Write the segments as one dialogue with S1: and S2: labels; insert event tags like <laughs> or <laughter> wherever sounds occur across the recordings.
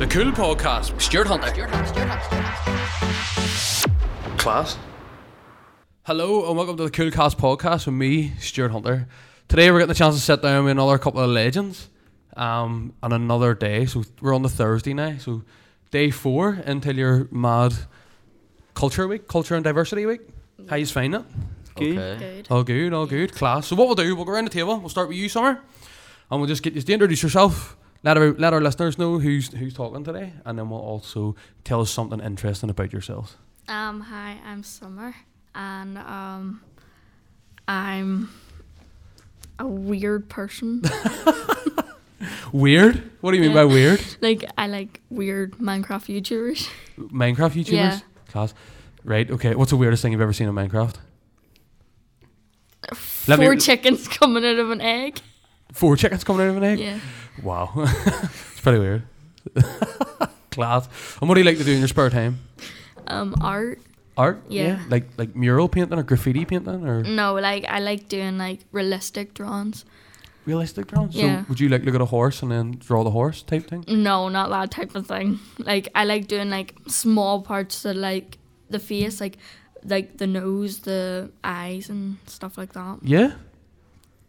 S1: The Cool Podcast with Stuart Hunter. Class. Hello and welcome to the Cool Cast Podcast with me, Stuart Hunter. Today we're getting the chance to sit down with another couple of legends um, on another day. So we're on the Thursday now. So day four until your mad culture week, culture and diversity week. How you find it?
S2: Okay.
S3: Good.
S1: All good, all good, class. So what we'll do, we'll go around the table. We'll start with you, Summer, and we'll just get you to introduce yourself. Let our let our listeners know who's who's talking today, and then we'll also tell us something interesting about yourselves.
S3: Um, hi, I'm Summer, and um, I'm a weird person.
S1: Weird? What do you mean by
S3: Yeah.
S1: weird?
S3: like I like weird Minecraft YouTubers.
S1: Minecraft YouTubers?
S3: Yeah.
S1: Class. Right. Okay. What's the weirdest thing you've ever seen in Minecraft? Let me-
S3: Four chickens coming out of an egg.
S1: Four chickens coming out of an egg.
S3: Yeah.
S1: Wow. <laughs> it's pretty weird. <laughs> class. And what do you like to do in your spare time?
S3: Um, art.
S1: Art?
S3: Yeah.
S1: Like like mural painting or graffiti painting or
S3: No, like I like doing like realistic drawings.
S1: realistic drawing.
S3: Yeah. Mm.
S1: So would you like look at a horse and then draw the horse type thing?
S3: No, not that type of thing. Like I like doing like small parts of like the face, like like the nose, the eyes, and stuff like that.
S1: Yeah.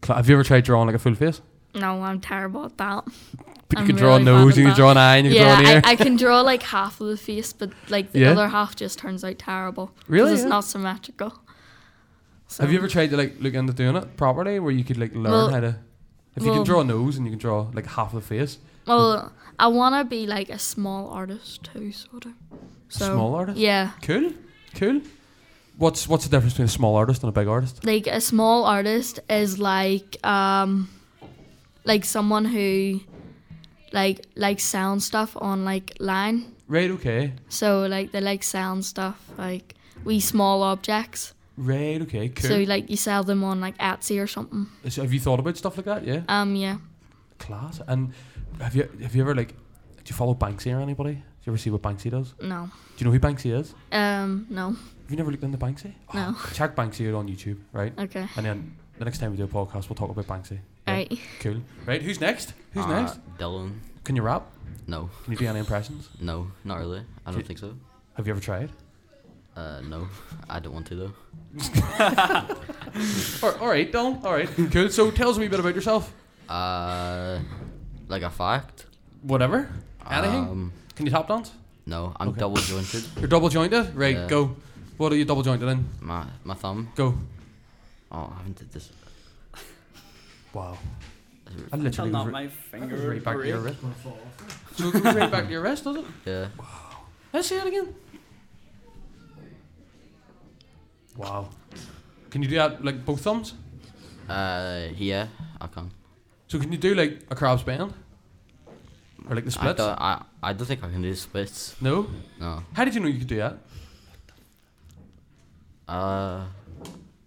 S1: Cla- Have you ever tried drawing like a full face?
S3: No, I'm terrible at that.
S1: But you
S3: I'm
S1: can draw a
S3: really bad
S1: nose,
S3: at
S1: you can
S3: that.
S1: draw an eye, and you can
S3: yeah,
S1: draw an ear.
S3: I, I can draw like half of the face, but like the
S1: Yeah?
S3: other half just turns out terrible. 'cause
S1: Really?
S3: it's
S1: Yeah.
S3: not symmetrical.
S1: Have you ever tried to like look into doing it properly, where you could like learn
S3: Well-
S1: how to? If you
S3: well-
S1: can draw a nose and you can draw like half of the face,
S3: Well, I want to be like a small artist too, sort of. So,
S1: small artist.
S3: Yeah,
S1: Cool, cool. What's what's the difference between a small artist and a big artist?
S3: like a small artist is like um, like someone who like like sound stuff on like line.
S1: Right. Okay.
S3: So like they like sound stuff like wee small objects.
S1: Right. Okay. Cool.
S3: So like you sell them on like Etsy or something.
S1: So have you thought about stuff like that? Yeah.
S3: Um, yeah.
S1: Class. And have you have you ever like? Do you follow Banksy or anybody? Do you ever see what Banksy does?
S3: No.
S1: Do you know who Banksy is?
S3: Um, no.
S1: Have you never looked into Banksy?
S3: No.
S1: Check Banksy out on YouTube, right?
S3: Okay.
S1: And then the next time we do a podcast, we'll talk about Banksy. Yeah,
S3: Right.
S1: Cool. Right. Who's next? Who's
S2: Uh,
S1: next?
S2: Dylan.
S1: Can you rap?
S2: No,
S1: Can you do any impressions?
S2: no, not really. I
S1: J-
S2: don't think so.
S1: Have you ever tried?
S2: Uh, no, I don't want to though.
S1: Or, all right, Dylan. All right. <laughs> cool. So tell us a wee bit about yourself.
S2: Uh, like a fact.
S1: Whatever. Anything.
S2: Um,
S1: Can you top dance?
S2: no, I'm
S1: Okay.
S2: double jointed.
S1: You're double jointed. Right.
S2: Yeah.
S1: Go. What are you double jointed in?
S2: My my thumb.
S1: Go.
S2: Oh, I haven't did this.
S1: Wow. I literally
S4: Tell
S1: was
S4: not
S1: ri-
S4: my
S1: was
S4: finger
S1: right back to your
S4: break.
S1: <laughs> wrist. So it goes right back to your wrist, does it?
S2: Yeah.
S1: Let's see it again. Wow. Can you do that like both thumbs?
S2: Uh, yeah, I can.
S1: So can you do like a crab's bend? Or like the
S2: I
S1: splits?
S2: don't. I, I don't think I can do splits.
S1: No?
S2: No.
S1: How did you know you could do that?
S2: Uh,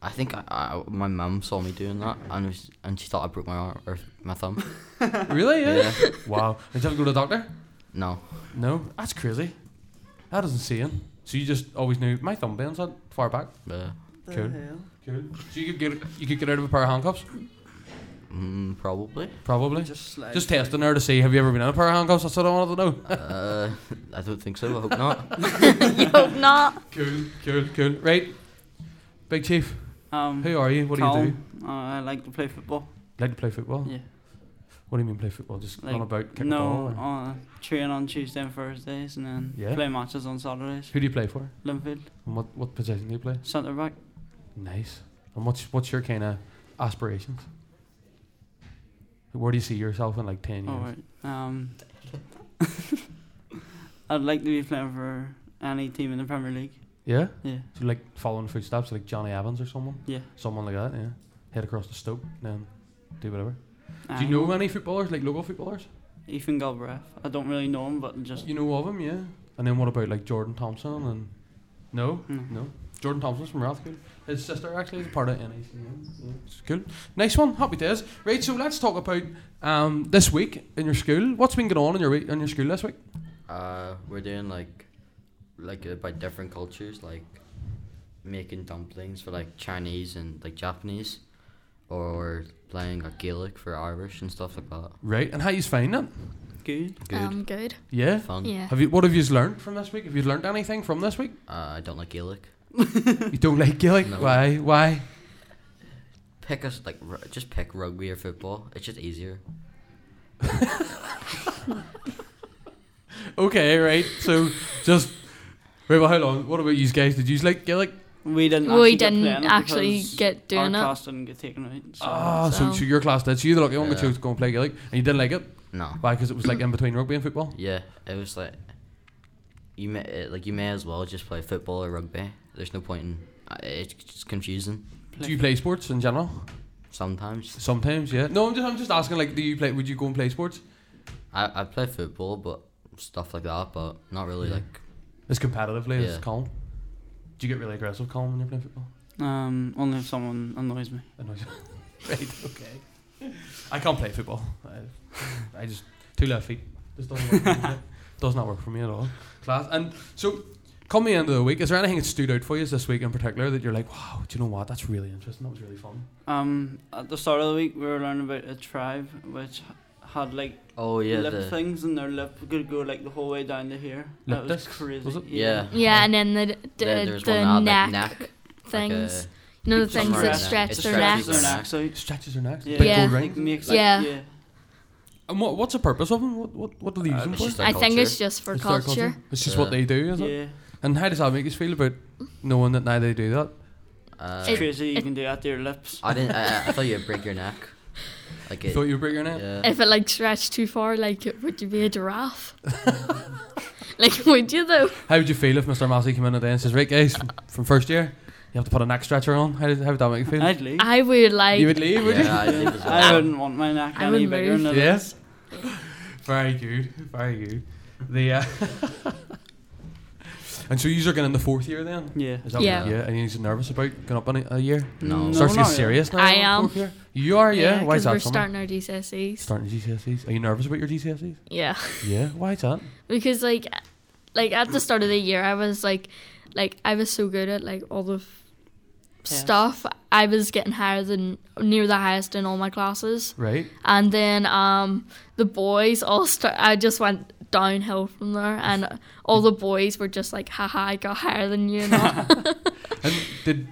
S2: I think I, I my mum saw me doing that and was, and she thought I broke my arm or my thumb.
S1: really? <laughs> Yeah.
S2: yeah.
S1: wow. Did you have to go to the doctor?
S2: No.
S1: No. That's crazy. That doesn't see him. So you just always knew my thumb bends that far back.
S2: Yeah.
S1: Cool.
S4: The hell?
S1: Cool. So you could get you could get out of a pair of handcuffs?
S2: Mm, probably.
S1: Probably. Just,
S4: Just slide.
S1: just testing her to see have you ever been in a pair of handcuffs? That's what I wanted to know.
S2: Uh, I don't think so. I hope not.
S3: <laughs>
S2: <laughs>
S3: you hope not.
S1: Cool, cool, cool. Right. Big Chief,
S4: Um,
S1: who are you? What do you do?
S4: calm. Uh, I like to play football.
S1: Like to play football?
S4: Yeah.
S1: What do you mean play football? Just
S4: Like,
S1: on about kick the ball?
S4: no,
S1: or-
S4: uh, train on Tuesday and Thursdays, and then
S1: Yeah.
S4: play matches on Saturdays.
S1: Who do you play for?
S4: Linfield,
S1: And what, what position do you play?
S4: centre back.
S1: Nice. And what's what's your kind of aspirations? Where do you see yourself in like ten years?
S4: All right. Um, <laughs> I'd like to be playing for any team in the Premier League.
S1: Yeah.
S4: Yeah.
S1: So like following footsteps, like Johnny Evans or someone,
S4: Yeah.
S1: someone like that. Yeah. Head across the stope, then do whatever. Do
S4: Aye.
S1: you know any footballers, like local footballers?
S4: Um, Ethan Galbraith. I don't really know him, but just
S1: You know of them, yeah. And then what about like Jordan Thompson and? No.
S4: Mm.
S1: No. Jordan Thompson's from Rathcoole. His sister actually is a part of NAC. It's cool. Nice one. Happy days. Right, so let's talk about um, this week in your school. What's been going on in your week in your school this week?
S2: Uh, we're doing like, like uh, by different cultures, like making dumplings for like Chinese and like Japanese, or playing like Gaelic for Irish and stuff like that.
S1: Right, and how you find it?
S4: good.
S2: Good.
S3: Um, good.
S1: Yeah.
S2: Fun.
S3: Yeah.
S1: Have you? What have you learned from this week? Have you learned anything from this
S2: <laughs>
S1: week?
S2: Uh, I don't like Gaelic.
S1: You don't like Gaelic?
S2: No.
S1: Why? Why?
S2: Pick us like r- just pick rugby or football. It's just easier.
S1: Okay, right. So just wait. Well, how long? What about you guys? Did you like Gaelic?
S4: We didn't.
S3: we
S4: actually
S3: didn't
S4: get playing it
S3: actually
S4: because
S3: get doing
S4: Our
S3: it.
S4: class didn't get taken out. So
S1: Ah, so,
S3: So-
S1: so your class did. So you're the lucky one who
S2: Yeah.
S1: chose to go and play Gaelic, and you didn't like it.
S2: No.
S1: Why? Because it was
S2: <clears throat>
S1: like in between rugby and football.
S2: Yeah, it was like you may it- like you may as well just play football or rugby. There's no point in uh, it's just confusing
S1: Do you play sports in general?
S2: sometimes.
S1: Sometimes, yeah. No, I'm just, I'm just asking. Like, do you play? Would you go and play sports?
S2: I I play football, but stuff like that, but not really
S1: Yeah.
S2: like
S1: As competitively as
S2: Yeah.
S1: Colin. Do you get really aggressive, Colin, when you're playing football?
S4: Um, only if someone annoys me.
S1: Annoys you. <laughs> right. Okay. I can't play football. I, I just two left feet. Just doesn't work. For me. Does not work for me at all. Class. And so, come the end of the week, is there anything that stood out for you this week in particular that you're like, wow, do you know what? That's really interesting. That was really fun.
S4: Um, at the start of the week, we were learning about a tribe which had like
S2: oh yeah
S4: lip
S2: the
S4: things, and their lip could go like the whole way down to here. that
S1: Lip
S4: was
S1: discs,
S4: crazy.
S1: was it?
S2: yeah
S3: Yeah, and then the d- d-
S2: Then
S3: the,
S2: there's one that had,
S3: neck,
S2: like, neck, like
S3: things.
S2: Like
S3: you know the
S4: Just
S3: things
S2: somewhere
S3: that
S4: around
S2: in
S4: it.
S2: that.
S3: stretch
S2: It
S4: It
S3: their
S2: stretches
S3: necks.
S4: stretches
S2: their
S4: their necks out.
S1: Stretches are next.
S4: Yeah.
S1: Big
S3: Yeah.
S1: gold
S4: Like,
S1: ring.
S4: makes,
S3: Yeah.
S4: Like, yeah.
S1: And what, what's the purpose of them? What, what, what do they use
S2: Uh,
S1: them
S2: it's
S1: for?
S2: just
S3: I think it's
S2: culture.
S3: just for
S1: It's their
S3: culture.
S1: It's just
S2: Yeah.
S1: what they do, is it?
S4: yeah.
S1: And how does that make us feel about knowing that now they do that?
S2: uh,
S4: It's crazy you can do that to your lips.
S2: I didn't. uh,
S4: <laughs>
S2: I, I thought you'd break your neck. Like
S1: You
S2: it.
S1: thought you were breaking it?
S2: yeah.
S3: If it like stretched too far, like would you be
S1: <laughs>
S3: a giraffe? like would you though?
S1: How would you feel if Mr. Massey came in today and says, right guys, from first year, you have to put a neck stretcher on? How, did, how would that make you feel?
S4: I'd leave.
S3: I would like.
S1: you would leave, would
S2: Yeah,
S1: <laughs>
S2: I leave as well.
S4: <laughs> I wouldn't want my neck
S3: I
S4: any
S3: would
S4: bigger
S3: move.
S4: than
S1: you?
S4: it
S1: Yes. Very good, very good. The uh, <laughs> And so you're going in the fourth year then?
S4: is. Yeah.
S1: Is that
S3: Yeah.
S1: What, yeah, and you're nervous about going up in a, a year?
S2: No.
S4: No,
S1: Starts to get
S4: not
S1: serious now?
S3: I
S1: in the
S3: am.
S1: Fourth year? You are, Oh, yeah? Why is
S3: 'cause
S1: that
S3: We're
S1: something?
S3: starting our GCSEs.
S1: starting GCSEs. Are you nervous about your GCSEs?
S3: Yeah,
S1: Yeah. Why is that?
S3: because like, like at the start of the year, I was like, like I was so good at like all the f-
S4: Tests.
S3: stuff. I was getting higher than near the highest in all my classes,
S1: Right.
S3: and then um the boys all start. I just went downhill from there, and all the boys were just like, haha, I got higher than you. and
S1: <laughs>
S3: all."
S1: And did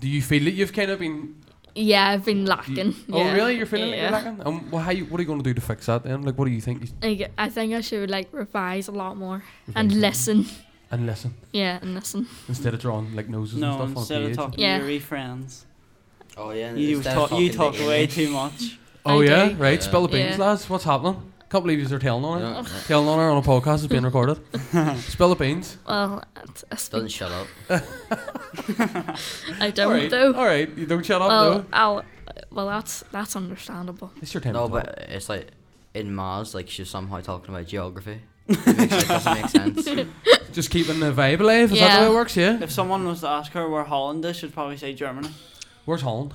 S1: do you feel that you've kind of been
S3: yeah, I've been
S1: Do
S3: lacking.
S1: you- Oh,
S3: Yeah.
S1: really? You're feeling
S3: Yeah.
S1: it? You're lacking? Um, well, how you, what are you going to do to fix that then? Like, what do you think? You,
S3: Like, I think I should like revise a lot more and
S1: Revise.
S3: listen.
S1: and listen. Yeah,
S3: Yeah, and listen.
S1: Instead of drawing, like, noses
S4: No,
S1: and stuff
S4: instead
S1: on a
S4: of
S1: page.
S4: talking
S3: Yeah.
S4: to your wee friends,
S2: <laughs> Oh yeah. and
S4: you
S2: instead
S4: talk,
S2: of
S4: you
S2: talking
S4: talk
S2: to
S4: way
S2: English-
S4: too
S1: <laughs>
S4: much.
S1: oh,
S3: I
S1: yeah?
S3: do.
S1: Right?
S2: Yeah.
S1: Spill the beans,
S3: Yeah.
S1: lads. What's happening? Can't believe you're telling on
S2: You
S1: her.
S2: know, it
S1: Telling on her on a podcast is being
S3: <laughs>
S4: <laughs>
S1: recorded. Spill the beans.
S3: Well, that's- I,
S2: Doesn't
S3: speak,
S2: shut
S1: <laughs>
S2: up.
S3: I don't
S1: All right.
S3: though.
S1: All right. You don't shut up,
S3: well,
S1: though.
S3: I'll, Oh, well, that's that's understandable.
S1: It's your time.
S2: No,
S1: to
S2: but
S1: talk.
S2: it's like in Mars, like she's somehow talking about geography. It makes, like, doesn't make
S3: <laughs>
S2: sense.
S1: Just keeping the vibe alive. Is that the
S3: Yeah.
S1: way it works? Yeah.
S4: if someone was to ask her where Holland is, she'd probably say Germany.
S1: Where's Holland?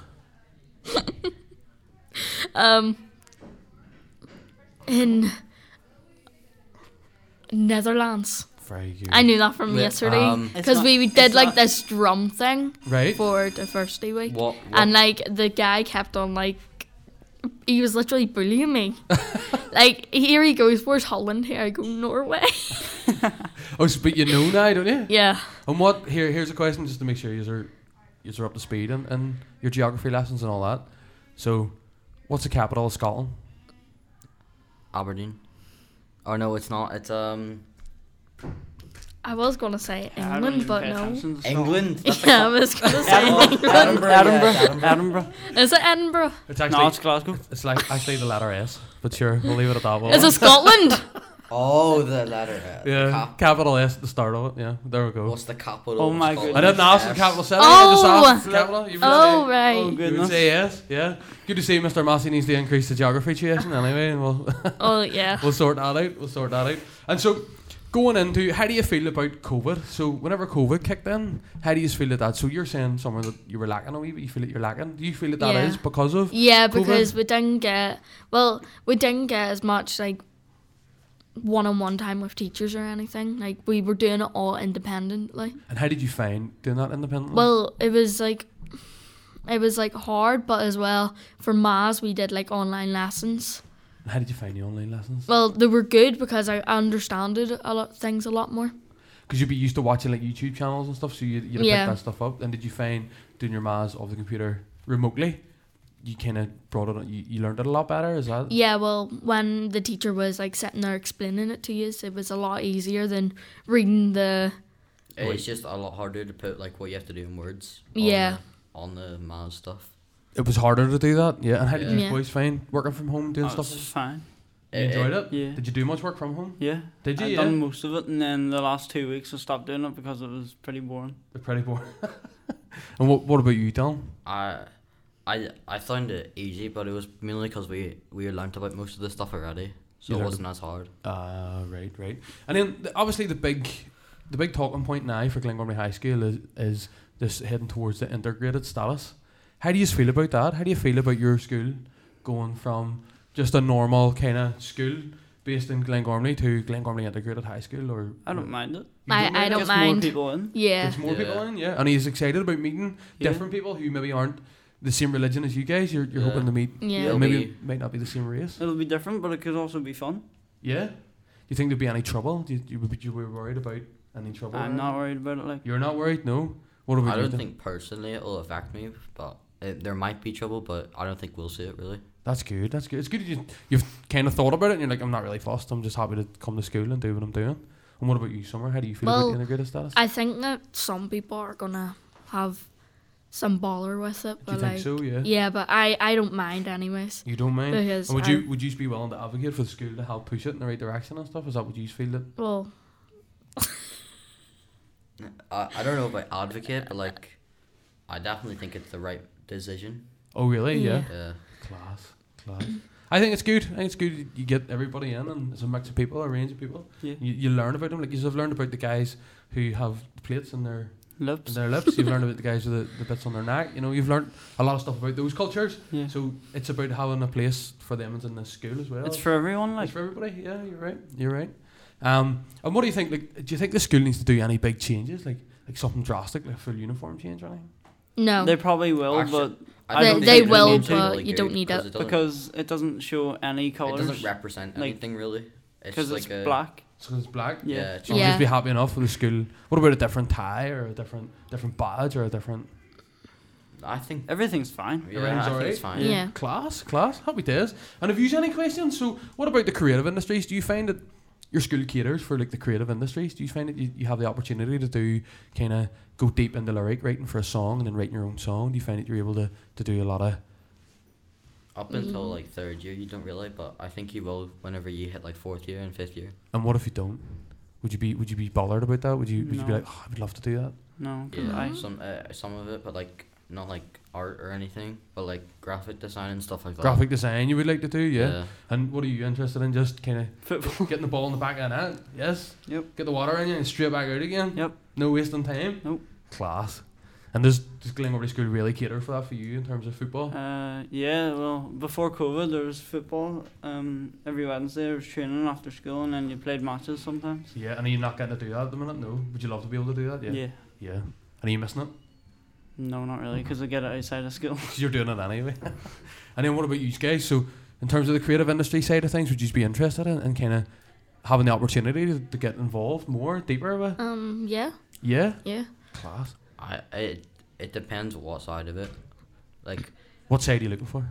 S3: Um, in Netherlands,
S1: Very good.
S3: I knew that from
S2: Yeah,
S3: yesterday
S2: um,
S4: It's
S3: because
S4: not-
S3: we
S4: it's
S3: did like
S4: not-
S3: this drum thing
S1: Right?
S3: for diversity week,
S2: What? what
S3: and like the guy kept on like he was literally bullying me. like here he goes, where's Holland? Here I go, Norway. <laughs>
S1: Oh, so, but you know now, don't you?
S3: yeah.
S1: And what? Here, here's a question just to make sure you're you're up to speed and, and your geography lessons and all that. So, what's the capital of
S4: <laughs>
S1: Scotland?
S2: Aberdeen? Oh no, it's not. It's um
S3: I was gonna say
S4: I don't
S3: England,
S4: even
S3: but
S4: pay
S3: no. <laughs>
S4: attention to Scotland. <laughs>
S2: England. That's <laughs>
S3: Yeah, I was gonna say.
S4: Oh, Edinburgh, Edinburgh, Edinburgh.
S3: Is it Edinburgh?
S1: It's actually
S4: No, it's Glasgow.
S1: it's like actually the letter S, but sure, we'll leave it at that one.
S3: Is it Scotland?
S2: Oh, the letter. Uh,
S1: yeah,
S2: Cap.
S1: capital S at the start of it. Yeah, there we go.
S2: What's the capital?
S4: Oh
S2: of
S4: my
S2: Scotland?
S1: I didn't ask the
S2: Yes.
S1: capital city. I just
S3: Oh!
S1: asked the capital. You would
S3: oh
S1: say,
S4: Oh,
S3: right.
S1: You would
S4: goodness.
S1: say yes, yeah. Good to see Mr. Massey needs to increase the geography tuition anyway, and we'll
S3: Oh yeah.
S1: we'll sort that out. We'll sort that out. And so, going into how do you feel about COVID? So, whenever COVID kicked in, how do you feel at that? So, you're saying somewhere that you were lacking a wee bit. You feel that you're lacking. Do you feel that that is
S3: Yeah.
S1: because of?
S3: Yeah,
S1: Cool,
S3: because we didn't get well, we didn't get as much like one-on-one time with teachers or anything. Like we were doing it all independently.
S1: And how did you find doing that independently?
S3: Well, it was like it was like hard, but as well for Maz we did like online lessons.
S1: How did you find the online lessons?
S3: Well, they were good because I understood a lot things a lot more.
S1: Because you'd be used to watching like YouTube channels and stuff, so you you'd have
S3: Yeah.
S1: picked that stuff up. And did you find doing your maths off the computer remotely? You kind of brought it. You, you learned it a lot better. Is that?
S3: Yeah, well, when the teacher was like sitting there explaining it to you, it was a lot easier than reading the
S2: It's just a lot harder to put like what you have to do in words.
S3: Yeah.
S2: On the, on the Maz stuff.
S1: It was harder to do that. Yeah. And how did you
S3: Yeah.
S1: boys find working from home doing
S4: Oh,
S1: stuff?
S4: it's fine.
S1: You enjoyed it.
S4: Yeah.
S1: Did you do much work from home?
S4: Yeah.
S1: Did you?
S4: I've
S1: yeah.
S4: done most of it, and then the last two weeks I stopped doing it because it was pretty boring.
S1: They're pretty boring. <laughs> and what what about you, Dylan?
S2: I, I, I found it easy, but it was mainly because we we learnt about most of the stuff already, so
S1: You
S2: it
S1: learned
S2: wasn't as hard.
S1: Uh, right, right. And then th- obviously the big, the big talking point now for Glengormley High School is, is this heading towards the integrated status. How do you feel about that? How do you feel about your school going from just a normal kind of school based in Glengormley to Glengormley Integrated High School? Or
S4: I don't mind it.
S1: You
S3: I- I
S1: it?
S3: don't
S4: Gets
S3: mind.
S4: more people in.
S3: yeah.
S1: There's more
S2: Yeah.
S1: people in, yeah. And he's excited about meeting
S4: Yeah.
S1: different people who maybe aren't the same religion as you guys. You're, you're
S2: Yeah.
S1: hoping to meet,
S3: Yeah.
S1: yeah.
S2: It'll
S1: maybe
S2: be-
S1: it might not be the same race.
S4: It'll be different, but it could also be fun.
S1: Yeah. Do you think there'd be any trouble? Do you, you, would you be worried about any trouble?
S4: I'm
S1: there?
S4: not worried about it. Like,
S1: You're not worried, no. What about
S2: I
S1: you?
S2: don't
S1: then?
S2: think personally it'll affect me, but it, there might be trouble, but I don't think we'll see it really.
S1: that's good. That's good. It's good you you've kind of thought about it, and you're like, I'm not really fussed. I'm just happy to come to school and do what I'm doing. And what about you, Summer? How do you feel about
S3: Well,
S1: the integrated status?
S3: I think that some people are gonna have some baller with it,
S1: do you
S3: but
S1: think
S3: like,
S1: so? Yeah.
S3: yeah, but I I don't mind anyways
S1: You don't mind.
S3: because
S1: And would
S3: I,
S1: you would you be willing to advocate for the school to help push it in the right direction and stuff? Is that what you feel that?
S3: well
S2: I, I don't know if I advocate, but like, I definitely think it's the right decision. Uh,
S1: Oh really? Yeah.
S3: Yeah.
S2: Yeah.
S1: Class. Class. I think it's good. I think it's good. You get everybody in, and it's a mix of people, a range of people.
S4: yeah,
S1: You, you learn about them. Like you've learned about the guys who have plates in their in
S4: lips.
S1: their lips. You've learned about the guys with the, the bits on their neck. You know, you've learned a lot of stuff about those cultures.
S4: Yeah.
S1: So it's about having a place for them in the school as well.
S4: It's for everyone. Like,
S1: It's for everybody. Yeah, you're right. You're right. Um, and what do you think? Like, do you think the school needs to do any big changes, like like something drastic, like full uniform change or anything?
S3: no
S4: they probably will,
S2: Actually,
S4: They-
S2: don't think
S4: they
S2: it
S4: will,
S2: really needs to,
S4: but
S2: like,
S3: you don't need
S2: because
S3: it.
S2: doesn't-
S4: but because it doesn't show any
S2: it
S4: colors,
S2: doesn't represent
S4: like,
S2: anything really. It's
S4: because
S2: just
S4: it's,
S2: like a,
S4: black.
S1: So it's black.
S4: Yeah.
S2: Yeah. it's
S1: So
S3: Yeah.
S1: just be happy enough with the school. What about a different tie or a different different badge or a different
S2: just- I think.
S4: Everything's fine.
S2: Yeah,
S1: Everything's
S2: I think
S1: alright?
S2: it's fine.
S4: Yeah.
S3: yeah
S1: Class, class, happy days. And have you any questions? So, what about the creative industries? Do you find that your school caters for like the creative industries? Do you find that you, you have the opportunity to do kind of go deep into lyric writing for a song and then writing your own song? Do you find that you're able to, to do a lot of?
S2: Up until like third year, you don't realize, but I think you will whenever you hit like fourth year and fifth year.
S1: And what if you don't? Would you be Would you be bothered about that? Would you Would you be
S4: No.
S1: like, oh, I would love to do that?
S4: No, 'cause
S2: Yeah,
S4: I,
S2: some uh, some of it, but like not like art or anything, but like graphic design and stuff like that.
S1: Graphic design you would like to do, yeah.
S2: Yeah.
S1: And what are you interested in? Just kind of
S4: football. <laughs>
S1: getting the ball in the back of the net, yes.
S4: Yep.
S1: Get the water in you and straight back out again.
S4: Yep.
S1: No wasting time.
S4: Nope.
S1: Class. And does does Glengogle School really cater for that for you in terms of football?
S4: Uh, yeah, well, before COVID, there was football. Um, every Wednesday, there was training after school, and then you played matches sometimes.
S1: yeah, and are you not getting to do that at the minute? No. Would you love to be able to do that?
S4: Yeah.
S1: Yeah. Yeah. And are you missing it? <laughs>
S4: No, not really, because I get it outside of school. <laughs>
S1: 'Cause you're doing it anyway. <laughs> and then what about you guys? So in terms of the creative industry side of things, would you be interested in, in kind of having the opportunity to, to get involved more, deeper with?
S3: um yeah
S1: Yeah.
S3: yeah
S1: Class.
S2: I it it depends what side of it, like
S1: What side are you looking for?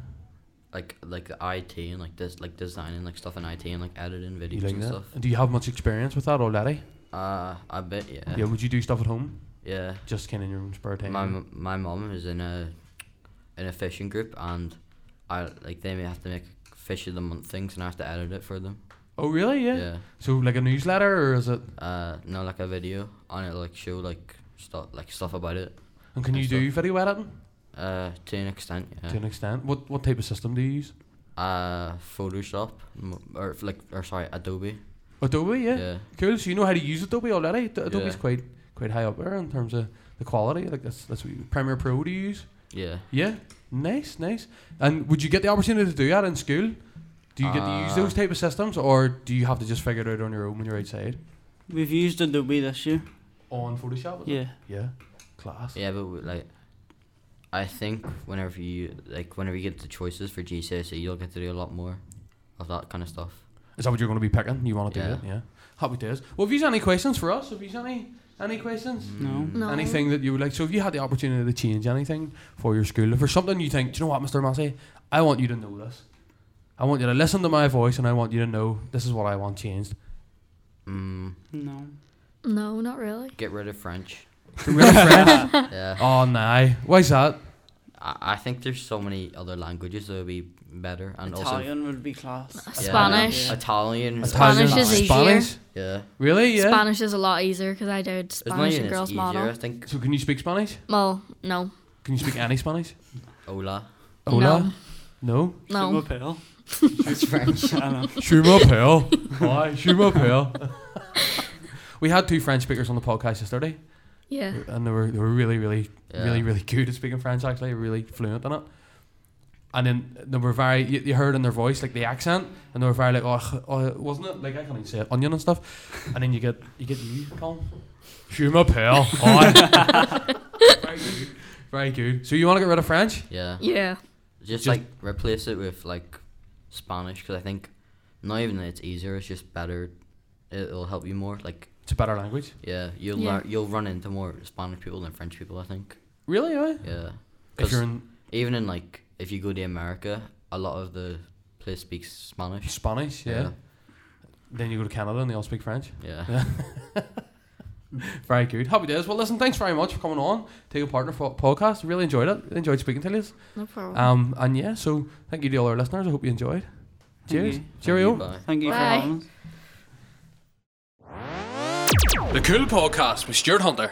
S2: like like the IT and like this like designing like stuff in IT and like editing
S1: Do you
S2: videos
S1: like
S2: and
S1: that?
S2: stuff.
S1: And do you have much experience with that already?
S2: Uh, I bet yeah.
S1: yeah. Would you do stuff at home?
S2: Yeah.
S1: Just kind of in your own spare time?
S2: My m- my mom is in a in a fishing group and I like they may have to make fish of the month things and I have to edit it for them.
S1: oh, really?
S2: Yeah.
S1: So like a newsletter, or is it?
S2: Uh, no, like a video and it like show like stuff like stuff about it.
S1: And can you
S2: That's all.
S1: do video editing
S2: Uh, to an extent,
S1: to
S2: yeah.
S1: an extent? What what type of system do you use?
S2: Uh, Photoshop m- or f- like or sorry, Adobe.
S1: Adobe, yeah.
S2: Yeah.
S1: Cool. So you know how to use Adobe already. Ad- Adobe's
S2: Yeah.
S1: quite quite high up there in terms of the quality. Like that's that's what you, Premiere Pro do you use?
S2: Yeah.
S1: Yeah. Nice, nice. And would you get the opportunity to do that in school? Do you get to use
S2: Uh,
S1: those type of systems, or do you have to just figure it out on your own when you're outside?
S4: We've used Adobe this year.
S1: On Photoshop.
S4: Yeah.
S1: Yeah. Class.
S2: Yeah, but we- like, E, I think whenever you like whenever you get the choices for GCSE, you'll get to do a lot more of that kind of stuff.
S1: Is that what you're going to be picking? You want to do
S2: Yeah.
S1: that? Yeah. Happy days. Well, have you any questions for us? Have you any any questions?
S4: No.
S2: Mm.
S3: No.
S1: Anything that you would like? So, if you had the opportunity to change anything for your school, if there's something you think, do you know what, Mr. Massey, I want you to know this. I want you to listen to my voice, and I want you to know this is what I want changed. <laughs>
S2: Mm,
S4: No.
S3: No, not really.
S2: get rid of French.
S1: Get rid of French.
S2: yeah.
S1: oh, nah. Why's that?
S2: I, I think there's so many other languages that would be better, and also
S4: Italian would be class.
S2: yeah,
S3: Spanish.
S4: Yeah.
S2: Italian,
S1: Italian-
S3: Spanish is easier.
S1: Spanish?
S2: Yeah,
S1: Really? Yeah.
S3: Spanish is a lot easier because I did
S2: it's not
S3: Spanish
S2: even
S3: and
S2: it's
S3: girls
S2: easier. I
S3: model.
S2: think
S1: So, can you speak Spanish?
S3: Well, no,
S1: Can you speak any Spanish?
S2: hola.
S1: Hola?
S3: <laughs>
S1: No.
S3: no.
S4: Pale.
S2: That's French.
S4: <laughs> I know.
S1: Shuma Pale. Why? Shuma Pale. <laughs> we had two French speakers on the podcast yesterday,
S3: Yeah,
S1: and they were they were really really
S2: Yeah.
S1: really really good at speaking French. Actually, really fluent in it. And then they were very you, you heard in their voice like the accent, and they were very like oh, oh wasn't it like I can't even say it onion and stuff. And then you get you get you Colin. Shuma <laughs> Pale. Aye. very good. Very good. So you want to get rid of French?
S2: Yeah.
S3: yeah.
S2: Just,
S1: Just-
S2: like replace it with like Spanish because I think not even that it's easier. It's just better. It'll help you more. Like
S1: It's a better language.
S2: yeah, you'll
S3: Yeah.
S2: learn. You'll run into more Spanish people than French people. I think.
S1: Really? Yeah.
S2: Yeah.
S1: If
S2: 'Cause
S1: you're in
S2: even in like if you go to America, a lot of the place speaks Spanish.
S1: Spanish, yeah. Then you go to Canada and they all speak French. <laughs>
S2: Yeah.
S1: Yeah. Very good. Happy days. Well, listen, thanks very much for coming on. Take a partner for podcast. Really enjoyed it. Really enjoyed speaking to you.
S3: No problem.
S1: Um, and yeah, so thank you to all our listeners. I hope you enjoyed. Cheers.
S4: Thank you.
S1: Cheerio.
S2: Bye.
S4: Thank you for
S3: Bye.
S4: having us.
S1: The Cool Podcast with Stuart Hunter.